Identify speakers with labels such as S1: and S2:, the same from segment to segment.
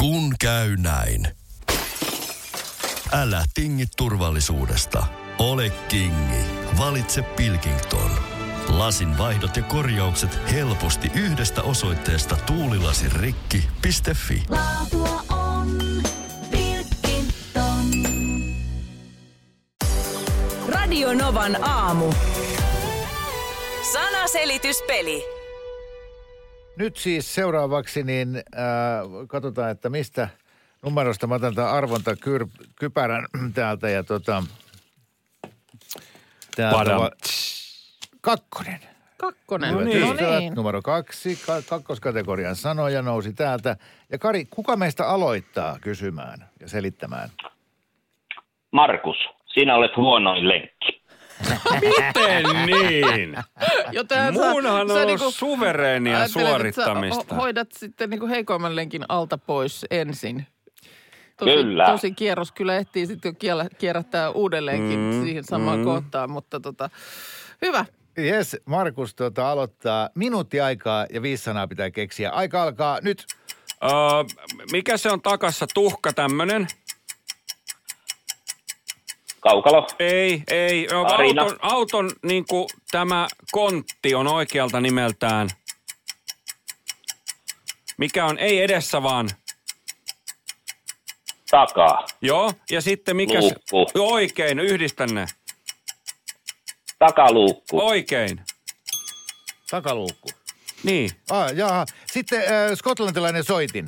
S1: Kun käy näin. Älä tingi turvallisuudesta. Ole kingi. Valitse Pilkington. Lasin vaihdot ja korjaukset helposti yhdestä osoitteesta tuulilasirikki.fi.
S2: Laatua on Pilkington.
S3: Radio Novan aamu. Sanaselityspeli.
S4: Nyt siis seuraavaksi niin äh, katsotaan, että mistä numerosta mä otan tämän arvontakypärän täältä ja tota...
S5: Padam.
S4: va- kakkonen.
S6: Kakkonen.
S4: Hyvät
S5: No niin.
S4: ystävät, Numero kaksi, ka- kakkoskategorian sanoja nousi täältä. Ja Kari, kuka meistä aloittaa kysymään ja selittämään?
S7: Markus, sinä olet huonoin lenkki.
S5: Miten niin?
S6: Joten
S5: Muunhan
S6: sä,
S5: on
S6: sä
S5: niinku, suvereenia
S6: ajattelet, että sä
S5: suorittamista.
S6: ho- hoidat sitten niinku heikoimman lenkin alta pois ensin. Tosi,
S7: Kyllä.
S6: tosi kierros kyllä ehtii sitten jo kiel- kierrättää uudelleenkin
S5: Mm,
S6: mm, siihen samaan
S5: mm.
S6: mm. kohtaan, mutta tota, hyvä.
S4: Jes, Markus tuota, aloittaa minuutti aikaa ja viisi sanaa pitää keksiä. Aika alkaa nyt.
S5: Öö, mikä se on takassa? Tuhka tämmönen?
S7: Kaukalo,
S5: Ei, ei. Ö,
S7: Arina.
S5: Auton, auton niin kuin, tämä kontti on oikealta nimeltään. Mikä on? Ei edessä vaan.
S7: takaa,
S5: Joo, ja sitten mikä
S7: Luukku.
S5: se... Oikein, yhdistän ne.
S7: takaluukku,
S5: Oikein.
S4: Takaluukku.
S5: Niin.
S4: Ah, jaha. Sitten äh, skotlantilainen soitin.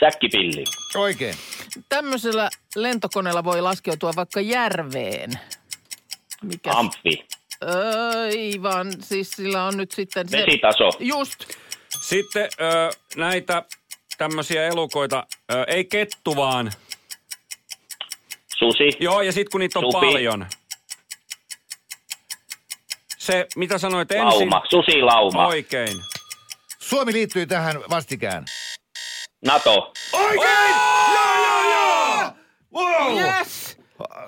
S7: säkkipilli,
S4: Oikein.
S6: Tämmöisellä lentokoneella voi laskeutua vaikka järveen. Mikä?
S7: amfi,
S6: Öö, ei vaan, siis sillä on nyt sitten se...
S7: vesitaso,
S6: Just.
S5: Sitten öö, näitä tämmöisiä elukoita. Öö, ei kettu vaan.
S7: susi,
S5: Joo, ja sitten kun niitä on
S7: Supi.
S5: paljon. Se, mitä sanoit ensin?
S7: lauma, susilauma,
S5: Oikein.
S4: Suomi liittyy tähän vastikään.
S7: nato,
S5: Oikein! Joo, joo, joo!
S6: Yes!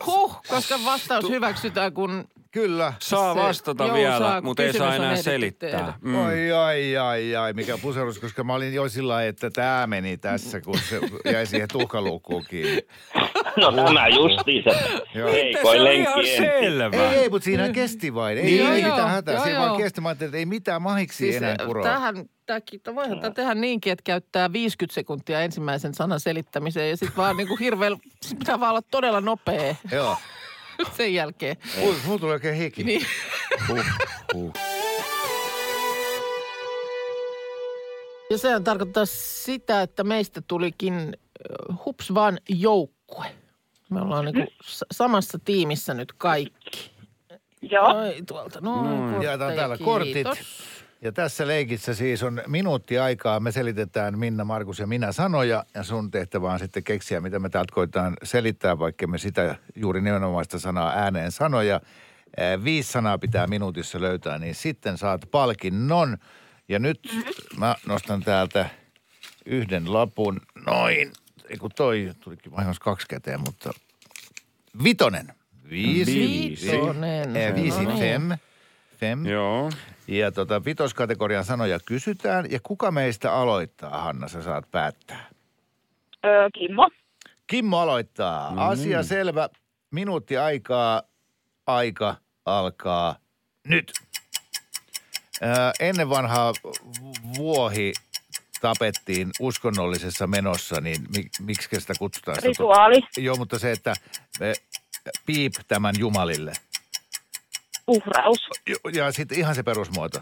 S6: Huh, koska vastaus hyväksytään, kun
S4: Kyllä.
S5: Saa
S6: Se-
S5: vastata
S6: joo,
S5: vielä,
S6: saa.
S5: mutta ei
S6: Kysymys
S5: saa
S6: on
S5: enää
S6: ehditty
S5: selittää.
S6: tehdä.
S5: Mm.
S4: Oi, ai, ai, ai, mikä puserus, koska mä olin jo sillä lailla, että tämä meni tässä, kun se jäi siihen tuhkaluukkuun kiinni.
S7: no tämä justiinsa,
S4: Joo.
S5: Se
S7: heikoin
S5: oli ihan
S7: lenkki ensin.
S5: selvä.
S4: Ei, Niin. ei, mutta siinä kesti vain. Ei,
S6: Joo,
S4: ei
S6: joo,
S4: mitään hätää.
S6: joo,
S4: Siinä vaan
S6: joo.
S4: kesti. Mä ajattelin, että ei mitään mahiksi
S6: Siis,
S4: enää
S6: äh,
S4: kuroa.
S6: tähän, tämäkin, no voihan tämä tehdä niinkin, että käyttää 50 sekuntia ensimmäisen sanan selittämiseen ja sitten vaan niinku hirveän, sit pitää vaan olla todella nopea
S4: Joo.
S6: sen jälkeen.
S4: Mulla, mulla tuli oikein hiki.
S6: Niin.
S4: Huh, huh.
S6: Ja sehän tarkoittaa sitä, että meistä tulikin ö, hups vaan joukkue. Me ollaan niinku sa- samassa tiimissä nyt kaikki.
S8: Joo,
S6: Ai tuolta, noin. kortteja,
S4: Jaetaan täällä kortit.
S6: kiitos.
S4: Ja tässä leikissä siis on minuutti aikaa. Me selitetään Minna, Markus ja minä sanoja. Ja sun tehtävä on sitten keksiä, mitä me täältä koitetaan selittää, vaikka me sitä juuri nimenomaista sanaa ääneen sanoja. Eh, Viisi sanaa pitää minuutissa löytää, niin sitten saat palkinnon. Ja nyt
S6: Mm-hmm.
S4: mä nostan täältä yhden lapun. Noin. Ei kun toi tulikin vahingossa kaksi käteen, mutta vitonen. Viisi.
S6: Vitonen.
S4: Eh, Viisi.
S6: No niin.
S4: Fem. Fem.
S5: Joo.
S4: Ja tota, vitoskategorian sanoja kysytään. Ja kuka meistä aloittaa, Hanna, sä saat päättää.
S8: öö, Kimmo.
S4: Kimmo aloittaa. Mm. Asia selvä. Minuutti aikaa. Aika alkaa nyt. Ö, ennen vanhaa vu- vuohi tapettiin uskonnollisessa menossa, niin mi- miksi sitä kutsutaan? Sitä?
S8: Rituaali.
S4: Joo, mutta se, että ö, piip tämän jumalille.
S8: Uhraus.
S4: Jo- Ja sitten ihan se perusmuoto.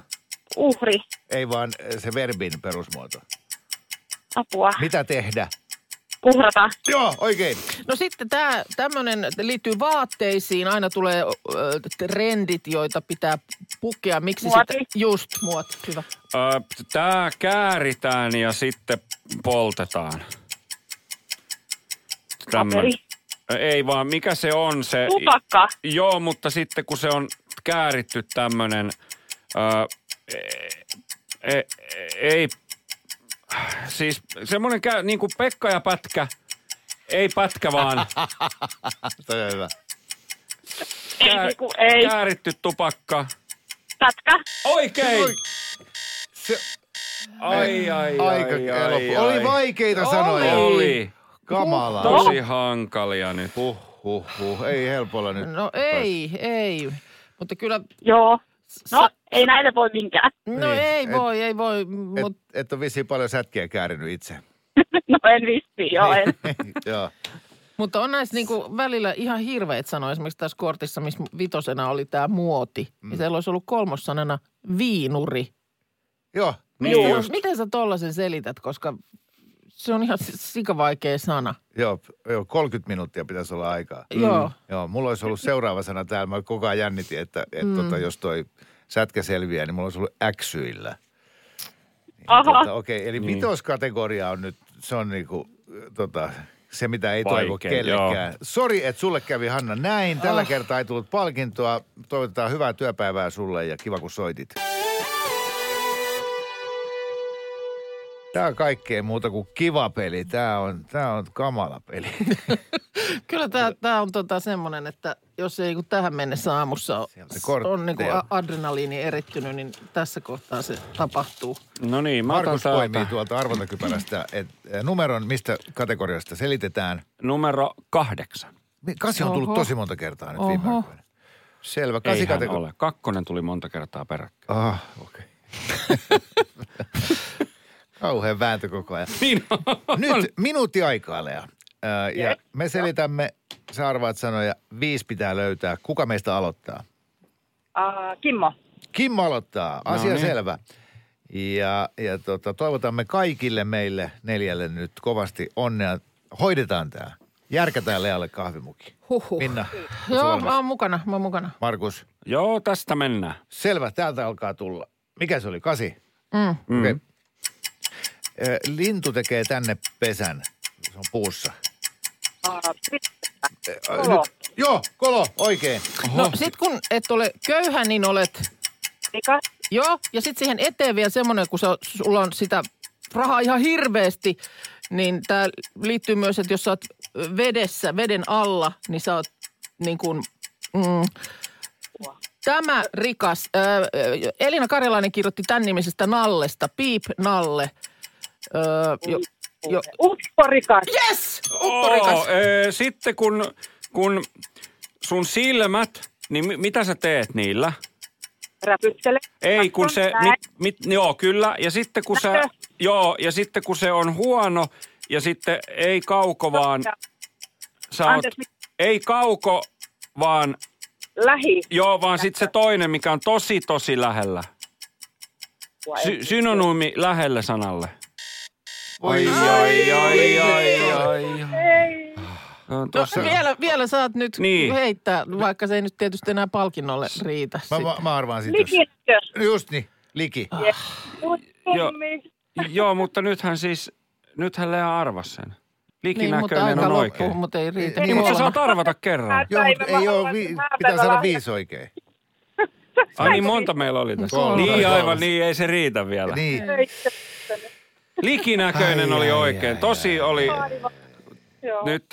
S8: Uhri.
S4: Ei vaan ö, se verbin perusmuoto.
S8: Apua.
S4: Mitä tehdä?
S8: Uhrata.
S4: Joo, oikein.
S6: No sitten tämä tämmöinen liittyy vaatteisiin. Aina tulee ö, trendit, joita pitää pukea. Miksi
S8: Muoti.
S6: sitten? Just muoti, hyvä.
S5: Ö, Tää kääritään ja sitten poltetaan. Tämmönen.
S8: Paperi.
S5: Ö, Ei vaan, mikä se on se...
S8: Tupakka.
S5: Joo, mutta sitten kun se on kääritty tämmönen... Ö, e, e, ei... Siis semmoinen käy, niin kuin Pekka ja Pätkä. Ei pätkä vaan
S4: Toi on hyvä.
S5: Kää-
S8: Ei, kun ei.
S5: kääritty tupakka.
S8: Pätkä.
S5: Oikein!
S4: Se,
S5: Ai, ai,
S4: Aika
S5: ai, ai, ai.
S4: Oli vaikeita sanoja.
S5: Oli.
S4: Kamalaa.
S5: Tosi hankalia nyt.
S4: Huh, huh, huh. Ei helpolla nyt.
S6: No ei, ei. Mutta kyllä,
S8: Joo. No,
S6: Sa-
S8: ei näitä voi minkään.
S6: no
S4: Niin,
S6: ei
S4: et-
S6: voi, ei voi,
S4: Et,
S6: mutta
S4: et ole vissiin paljon sätkiä käärinyt itse.
S8: No en vissiin, joo
S4: Niin.
S8: en.
S4: Joo.
S6: Mutta on näissä niinku välillä ihan hirveät sanoja. Esimerkiksi tässä kortissa, missä vitosena oli tämä muoti, mm. niin siellä olisi ollut kolmossanana viinuri.
S4: Joo.
S5: Niin
S6: Miten-
S5: just.
S6: Miten sä tollasen selität, koska se on ihan si- sikavaikea sana.
S4: Joo, joo, 30 minuuttia pitäisi olla aikaa.
S6: Mm. Joo.
S4: Joo, mulla olisi ollut seuraava sana täällä. Mä koko ajan jännitin, että, että mm. tota, jos toi sätkä selviää, niin mulla olisi ollut äksyillä. Niin,
S8: Aha.
S4: Tota, Okei, okay, eli niin. vitoskategoria on nyt, se on niinku, äh, tota, se mitä ei toivo
S5: Vaikea,
S4: kellekään. Sori, että sulle kävi Hanna näin. Tällä oh. kertaa ei tullut palkintoa. Toivotetaan hyvää työpäivää sulle ja kiva kun soitit. Tämä on kaikkea muuta kuin kiva peli. Tämä on, tää on kamala peli.
S6: Kyllä tämä, tää on tota semmoinen, että jos ei kun tähän mennessä aamussa on,
S4: Sieltä kortteja.
S6: on niinku a- adrenaliini erittynyt, niin tässä kohtaa se tapahtuu.
S5: No niin, mä otan
S4: Markus poimii
S5: täältä
S4: tuolta arvontakypärästä et, eh, numeron, mistä kategoriasta selitetään.
S5: numero kahdeksan.
S4: Mi- Kasi on tullut
S6: Oho.
S4: tosi monta kertaa nyt
S6: Oho.
S4: viime aikoina. Selvä, kasi
S5: Eihän
S4: kategoria.
S5: ole. Kakkonen tuli monta kertaa peräkkäin.
S4: Ah, okei. Kauhean vääntö koko ajan.
S5: Niin on.
S4: Nyt minuutti aikaa, Lea. Ö, Ja me selitämme, sä arvaat sanoja, viisi pitää löytää. Kuka meistä aloittaa?
S8: Uh, Kimmo.
S4: Kimmo aloittaa, asia
S5: No niin.
S4: selvä. Ja, ja tota, toivotamme kaikille meille neljälle nyt kovasti onnea. Hoidetaan tämä. Järkätään Lealle kahvimuki.
S6: Huhhuh.
S4: Minna, ootko
S6: Joo,
S4: valmis?
S6: mä oon mukana, mä oon mukana.
S4: Markus,
S5: Joo, tästä mennään.
S4: selvä, täältä alkaa tulla. Mikä se oli, kasi?
S6: Mm.
S5: Mm.
S4: Okei. Ö, Lintu tekee tänne pesän. Se on puussa.
S8: Uh,
S4: Ö, ö,
S8: Kolo.
S4: Nyt. Joo, kolo, oikein.
S6: No sit kun et ole köyhä, niin olet
S8: Pika.
S6: Joo, ja sitten siihen eteen vielä semmoinen, kun se, on- sulla on sitä rahaa ihan hirveästi, niin tämä liittyy myös, että jos sä oot vedessä, veden alla, niin sä oot niin kuin, mm, tämä rikas. Ö, ö, Elina Karjalainen kirjoitti tämän nimisestä Nallesta, Piip Nalle. Ö, jo, jo.
S8: Upporikas.
S6: Yes! Upporikas.
S5: Oo, ee, sitten kun, kun sun silmät, niin mi- mitä sä teet niillä?
S8: Räpyttele.
S5: Ei, kun se,
S8: Näin.
S5: mit, mit, joo kyllä, ja sitten kun sä,
S8: Näkö?
S5: joo, ja sitten kun se on huono, ja sitten ei kauko vaan, sä oot,
S8: Anteeksi.
S5: ei kauko vaan,
S8: Lähi.
S5: joo vaan sitten se toinen, mikä on tosi tosi lähellä. Sy- synonyymi lähellä sanalle.
S4: Oi,
S5: ai, ai, ai, ai.
S8: Ei.
S5: Ah,
S6: No,
S5: Tuossa,
S6: vielä, vielä saat nyt
S5: Niin.
S6: niin. heittää, vaikka se ei nyt tietysti enää palkinnolle riitä.
S4: Mä,
S6: sitten.
S4: mä, mä arvaan sitten. jos-
S8: Likitkö?
S4: Just niin, liki.
S5: Ah. Joo. joo, mutta nythän siis, nythän Lea arvasi sen.
S6: Niin, mutta
S5: Likinäköinen
S6: aika
S5: on
S6: loppuu,
S5: oikein.
S6: mutta ei riitä.
S5: Niin, mutta sä
S6: Kuolema.
S5: saat arvata kerran.
S4: Joo, mutta
S8: Päivä,
S4: ei
S8: mä
S4: ole,
S8: haluan
S4: vi-
S8: sen
S4: pitää
S8: päivälahjan.
S4: saada viisi oikein.
S5: Ai niin, monta meillä oli tässä.
S4: Kolme.
S5: Niin,
S4: Kolme.
S5: aivan, niin, ei se riitä vielä.
S4: Niin,
S5: Likinäköinen
S4: Ai,
S5: oli
S4: ai,
S5: oikein.
S4: ai,
S5: Tosi oli
S8: Joo.
S5: nyt,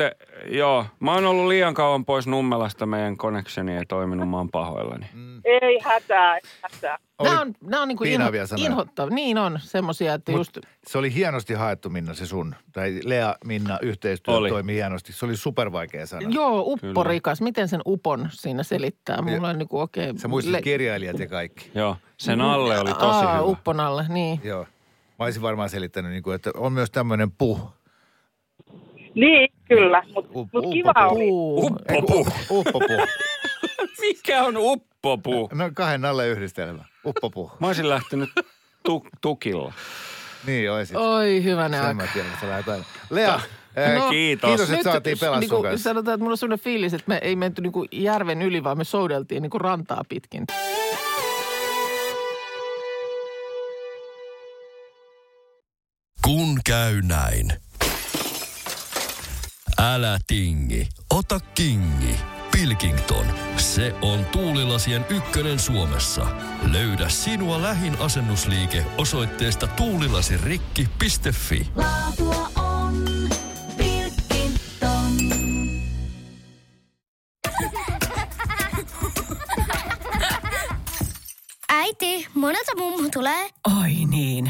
S5: joo. Mä oon ollut liian kauan pois Nummelasta, meidän connectioni ei toiminut, mä oon pahoillani.
S8: Ei hätää, ei hätää.
S4: Oli
S6: Nämä on, nämä on niin kuin
S4: piinaavia
S6: inho,
S4: sanoja.
S6: inhottavia. Niin on, semmoisia, että
S4: Mut
S6: just...
S4: se oli hienosti haettu, Minna, se sun. Tai Lea, Minna, yhteistyö
S5: Oli.
S4: toimi hienosti. Se oli supervaikea sana.
S6: Joo, upporikas. Miten sen upon siinä selittää? Mulla on niin kuin oikein...
S4: Sä muistit kirjailijat ja kaikki.
S5: Joo, sen alle oli tosi
S6: Mm. Aa,
S5: hyvä.
S6: uppon alle, niin.
S4: Joo. Mä olisin varmaan selittänyt, niin kuin, että on myös tämmöinen puh.
S8: Niin, kyllä. Mutta
S4: Up-
S8: mut kiva
S4: uppo-
S8: oli.
S6: Uu.
S5: Uppopu.
S4: Uppopuh.
S5: Mikä on uppopu?
S4: No kahden alle yhdistelmä. Uppopuh.
S5: Mä olisin lähtenyt tu- tukilla.
S4: Niin olisit.
S6: Oi, hyvänä
S4: Sen
S6: aika.
S4: mä tiedän, että sä lähet aina. Lea, eh,
S6: No,
S5: kiitos.
S4: kiitos, että saatiin pelaa sun
S6: niinku,
S4: kanssa.
S6: Sanotaan, että mulla on sellainen fiilis, että me ei menty niinku järven yli, vaan me soudeltiin niinku rantaa pitkin.
S1: Kun käy näin. Älä tingi, ota kingi. Pilkington, se on tuulilasien ykkönen Suomessa. Löydä sinua lähin asennusliike osoitteesta tuulilasirikki.fi.
S2: Laatua on Pilkington.
S9: Äiti, monelta mummu tulee?
S3: Ai niin.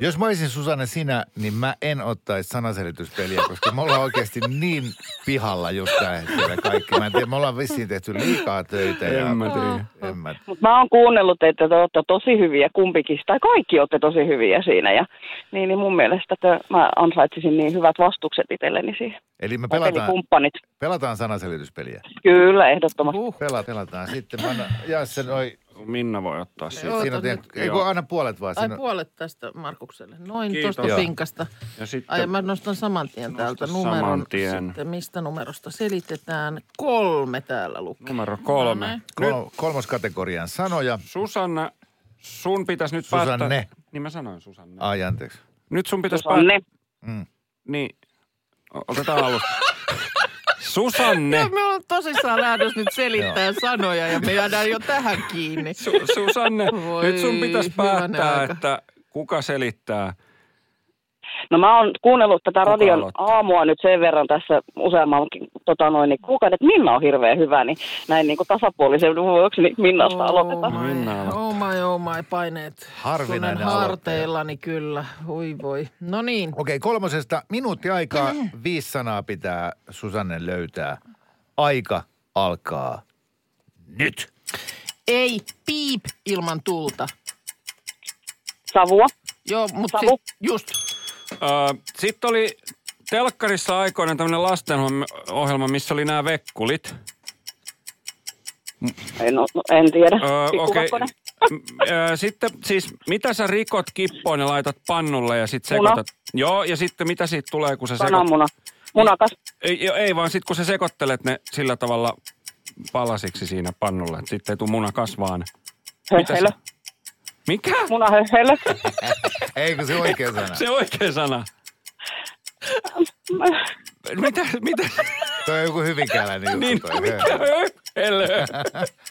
S4: Jos mä olisin Susanne sinä, niin mä en ottaisi sanaselityspeliä, koska me ollaan oikeasti niin pihalla just tällä hetkellä kaikki. Mä en tiedä, me ollaan vissiin tehty liikaa töitä. ja,
S5: En mä tiedä.
S4: En mä
S8: Mutta mä oon kuunnellut, että te olette tosi hyviä kumpikin, tai kaikki olette tosi hyviä siinä. Ja, niin, niin mun mielestä te, mä ansaitsisin niin hyvät vastukset itselleni siihen.
S4: Eli
S3: niin
S4: me pelataan,
S8: Pelataan.
S4: pelataan sanaselityspeliä.
S8: Kyllä,
S3: No.
S8: ehdottomasti.
S4: Pela, pelataan sitten. Mä annan, jaa, se noi,
S5: Minna voi ottaa siitä.
S6: Joo.
S4: siinä on
S6: Ootan
S4: tehty,
S6: nyt.
S4: ei kun aina puolet vaan.
S6: Ai
S4: Siinä, on-
S6: puolet tästä Markukselle. Noin
S5: Kiitos.
S6: tuosta
S4: Joo.
S6: pinkasta.
S5: Ja
S6: Ai
S5: sitten
S6: mä nostan saman tien täältä
S5: saman
S6: numeron.
S5: tien.
S6: Sitten mistä numerosta selitetään? Kolme täällä lukee.
S5: numero kolme.
S6: No niin.
S4: kol, kolmoskategorian sanoja.
S5: Susanna, sun pitäisi nyt
S4: Susanne. Ah.
S5: päättää... Niin mä sanoin Susanne.
S4: Ai anteeksi.
S5: Nyt sun pitäisi päättää...
S8: Susanne.
S5: Niin, O- otetaan alusta. Susanne,
S6: Joo, me ollaan tosissaan lähdössä nyt selittää sanoja ja me jäädään jo tähän kiinni.
S5: Su- Susanne,
S6: Voi
S5: nyt sun pitäisi
S6: hyvänen
S5: päättää,
S6: aika.
S5: että kuka selittää.
S8: No mä oon kuunnellut tätä
S5: Kuka
S8: radion
S5: aloittaa?
S8: aamua nyt sen verran tässä useamman tota noin, niin kuukauden, että Minna on hirveän hyvä, niin näin niin kuin tasapuolisen vuoksi niin Minnasta aloitetaan.
S6: Oh my,
S5: Minna
S6: oh my, oh my, paineet.
S4: Harvinainen
S6: tunnen
S4: aloittaja.
S6: harteillani kyllä, voi voi. No niin,
S4: Okei, kolmosesta minuutti
S6: Äh.
S4: aikaa. Viisi sanaa pitää Susanne löytää. Aika alkaa nyt.
S6: ei piip ilman tulta.
S8: Savua.
S6: Joo, mutta
S8: Savu.
S6: just.
S5: Sitten oli telkkarissa aikoinen tämmöinen lastenohjelma, missä oli nämä vekkulit.
S8: En, o- no, en tiedä.
S5: Öö, okei.
S8: Pikkuvakkonen.
S5: M- öö, sitten siis, mitä sä rikot kippoon ja laitat pannulle ja sitten
S8: Muna.
S5: sekoitat? Joo, ja sitten mitä siitä tulee, kun sä sekoitat?
S8: Kananmuna. Munakas.
S5: Ei, jo- ei, vaan sitten kun sä sekoittelet ne sillä tavalla palasiksi siinä pannulla, että sitten ei tule muna kasvaan. Mitä
S8: Höhhelö.
S5: se- Mikä?
S8: Munahöhhelö.
S4: Eikö se oikea sana?
S5: Se oikea sana. Mitä? Mitä?
S4: Toi on joku hyvinkäläinen juttu.
S5: Niin,
S4: toi.
S5: mikä höhhelö?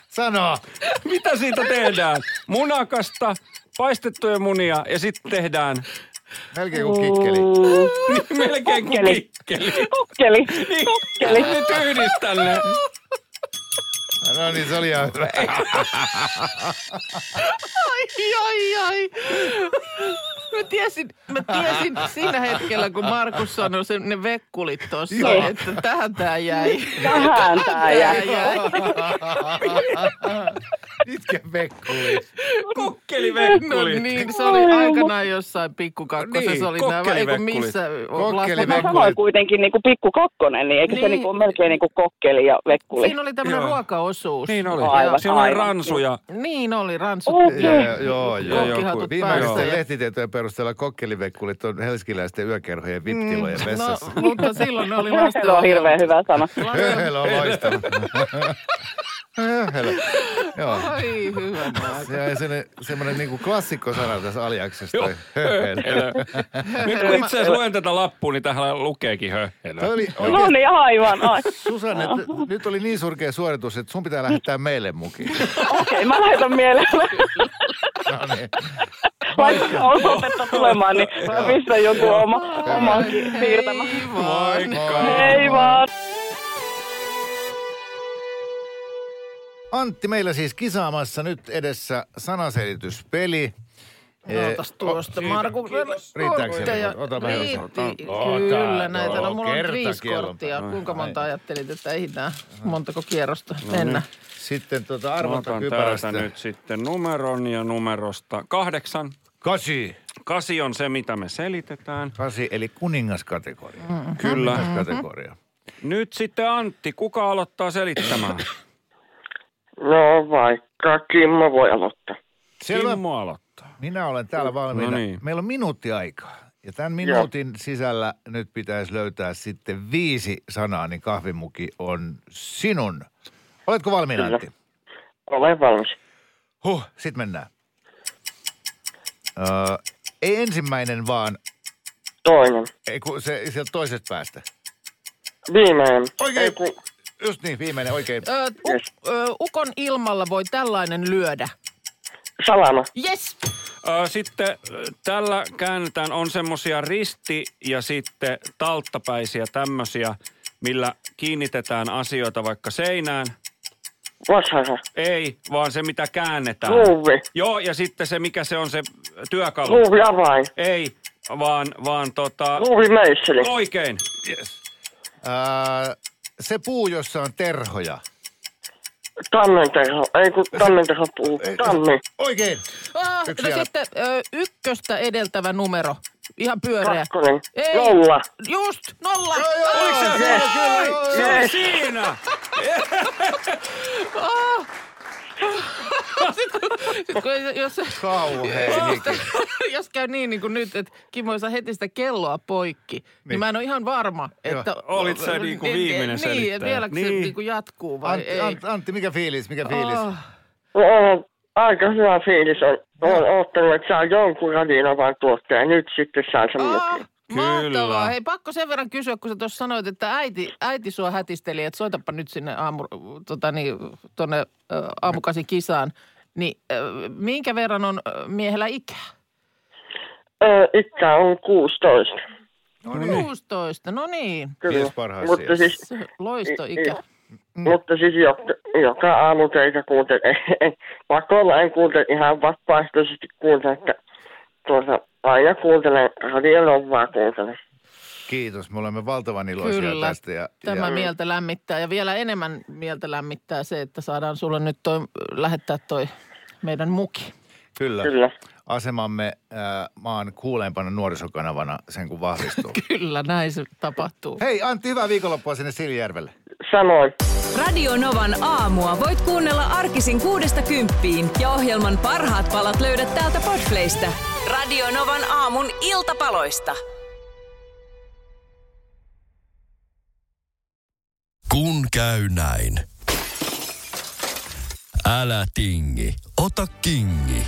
S4: Sano.
S5: Mitä siitä tehdään? Munakasta, paistettuja munia ja sitten tehdään
S4: Melkein kuin kikkeli.
S5: melkein kuin
S8: Kokkeli.
S5: kikkeli.
S8: Kokkeli.
S5: Niin,
S8: Kokkeli.
S5: Nyt yhdistän ne.
S4: No niin, se oli ihan hyvä.
S6: Ai, ai, ai. Mä tiesin, mä tiesin siinä hetkellä, kun Markus sanoi sen, ne vekkulit tuossa,
S4: Joo.
S6: että tähän tää jäi.
S8: Tähän tää jäi.
S4: Mitkä vekkuli.
S5: Kukkeli
S6: No
S5: vekkulit.
S6: niin, se oli aikanaan jossain pikkukakkosessa,
S5: Niin,
S6: se oli nämä, ei kun
S5: kokkelivekkulit.
S6: missä.
S4: Kokkeli
S8: Mä sanoin kuitenkin niin kuin pikku kakkonen, niin eikö niin. se
S6: Niin.
S8: niin kuin melkein niin kuin kokkeli ja vekkuli?
S6: Siinä oli tämmöinen
S5: Joo.
S6: ruokaosuus.
S5: Niin oli.
S8: Aivan,
S5: Siinä oli
S8: aivan.
S5: ransuja.
S6: Niin oli, ransut.
S8: Okei.
S4: Joo, joo, joo.
S5: Joo,
S6: Kokkihatut päässä.
S4: Viimeisten
S6: ja-
S4: lehtitietojen perusteella kokkelivekkulit on helskiläisten yökerhojen viptilojen
S6: No,
S4: vessassa.
S6: mutta silloin ne oli
S8: Höhhelö on
S6: lasten
S8: hirveän hyvä sana.
S4: Höhölö on loistava. Höhölö. Joo.
S6: Ai hyvä.
S4: Se on semmoinen, semmoinen niin kuin klassikkosana tässä aliaksesta.
S5: Joo,
S4: Höhölö.
S5: höhhelö. Nyt kun itse asiassa luen tätä lappua, niin tähän lukeekin höhhelö.
S4: Toi oli oikein-
S8: No niin, aivan. ai-
S4: Susanne, t- nyt oli niin surkea suoritus, että sun pitää lähettää meille mukiin.
S8: Okei, mä laitan mielellä.
S4: No niin.
S8: Vaikka olopetta tulemaan, niin mä pistän joku oma, omankin siirtämään.
S5: Moikka.
S8: Hei vaan!
S4: Antti, meillä siis kisaamassa nyt edessä sanaselityspeli. Eh,
S6: Otas tuosta, Markus.
S4: Riittääkö
S6: Kortteja.
S4: siellä? Ota vähän.
S6: Riitti,
S4: Ota.
S6: kyllä
S4: Ota.
S6: näitä.
S4: Joo,
S6: No, mulla on
S4: kertakielto.
S6: viisi korttia. Kuinka monta ajattelit, että ehditään? Montako kierrosta?
S4: No
S6: Mennään.
S4: Sitten tuota
S5: Mä
S4: arvonta
S5: otan täältä
S4: kypärästä.
S5: nyt sitten numeron ja numerosta kahdeksan.
S4: Kasi.
S5: Kasi on se, mitä me selitetään.
S4: Kasi, eli kuningaskategoria.
S5: Kyllä.
S4: Kategoria.
S5: Nyt sitten Antti, kuka aloittaa selittämään?
S9: No vaikka Kimmo voi aloittaa.
S4: Selvä.
S5: Kimmo aloittaa.
S4: Minä olen täällä valmiina.
S5: No niin.
S4: Meillä on minuutti aikaa. Ja tämän minuutin sisällä nyt pitäisi löytää sitten viisi sanaa, niin kahvimuki on sinun. Oletko valmiina,
S9: Kyllä.
S4: Antti?
S9: Olen valmis.
S4: Huh, sit mennään. Öö, ei ensimmäinen vaan,
S9: Toinen.
S4: ei kun se sieltä toisesta päästä.
S9: Viimeinen.
S4: Oikein,
S9: Ei, kun-
S4: just niin, viimeinen, oikein.
S6: Ö, u- ö, ukon ilmalla voi tällainen lyödä.
S9: Salama.
S6: Yes!
S5: Ö, Sitten ö, tällä käännetään, on semmosia risti- ja sitten talttapäisiä tämmösiä, millä kiinnitetään asioita vaikka seinään.
S8: Vasara.
S5: Ei, vaan se mitä käännetään.
S8: Ruuvi.
S5: Joo, ja sitten se mikä se on se työkalu.
S8: Ruuvi avain.
S5: Ei, vaan, vaan tota...
S8: Ruuvi meisseli.
S5: Oikein. Yes.
S4: Ää, Öö, se puu, jossa on terhoja.
S8: Tammenterho. Ei kun tammenterho puu.
S4: Ei,
S8: Tammi.
S4: Oikein.
S6: Ah,
S4: Yksi
S6: no
S4: vielä.
S6: sitten ö, ykköstä edeltävä numero. Ihan pyöreä.
S8: Kakkonen.
S6: Ei.
S8: Nolla.
S6: Just, nolla.
S4: Oliko se
S8: Yes.
S5: Se on
S8: Yes.
S5: siinä!
S6: Kun- Jos,
S4: Kauhea hiki.
S6: jos käy niin, niin kuin nyt, että Kimmo saa heti sitä kelloa poikki, niin,
S4: Niin.
S6: niin mä en ole ihan varma, että...
S5: Olit sä niin kuin
S6: En- en-
S5: viimeinen
S6: Niin,
S5: selittäjä.
S6: että vieläkö niin. se
S5: Niin.
S6: niin kuin jatkuu vai
S4: Antti,
S6: ei.
S4: Antti, Antti, mikä fiilis, mikä fiilis?
S6: Ah,
S8: No, on aika hyvä fiilis on. Olen ottanut, että saa jonkun radionavan tuotteen ja nyt sitten saa sen
S6: ah,
S8: mukaan.
S5: Kyllä.
S6: mahtavaa. Hei, pakko sen verran kysyä, kun sä tuossa sanoit, että äiti, äiti sua hätisteli, että soitapa nyt sinne aamu, tota, niin, tonne, ö, aamukasi kisaan. Niin ö, minkä verran on ö, miehellä ikää?
S8: Ö, Ikä on 16.
S4: No
S6: Niin.
S4: niin.
S6: 16, no niin.
S8: Kyllä.
S4: Mies parhaassa Mm.
S8: Mutta
S4: iässä.
S8: siis,
S6: Se
S4: Niin,
S6: loistoikä.
S8: mutta siis joka, joka aamu teitä kuuntelen. En, pakolla en kuuntele ihan vapaaehtoisesti kuuntele, että tuota, aina kuuntelen radionovaa kuuntelen.
S4: Kiitos, me olemme valtavan iloisia
S6: Kyllä.
S4: tästä. Ja,
S6: Tämä
S4: ja,
S6: mieltä lämmittää ja vielä enemmän mieltä lämmittää se, että saadaan sulle nyt toi, lähettää toi meidän muki.
S4: Kyllä.
S8: Kyllä.
S4: Asemamme äh, maan kuuleimpana nuorisokanavana sen kun vahvistuu.
S6: Kyllä, näin se tapahtuu.
S4: Hei Antti, hyvää viikonloppua sinne Siljärvelle.
S8: Samoin.
S3: Radio Novan aamua voit kuunnella arkisin kuudesta kymppiin ja ohjelman parhaat palat löydät täältä Podplaysta. Radio Novan aamun iltapaloista.
S1: Kun käy näin. Älä tingi, ota kingi.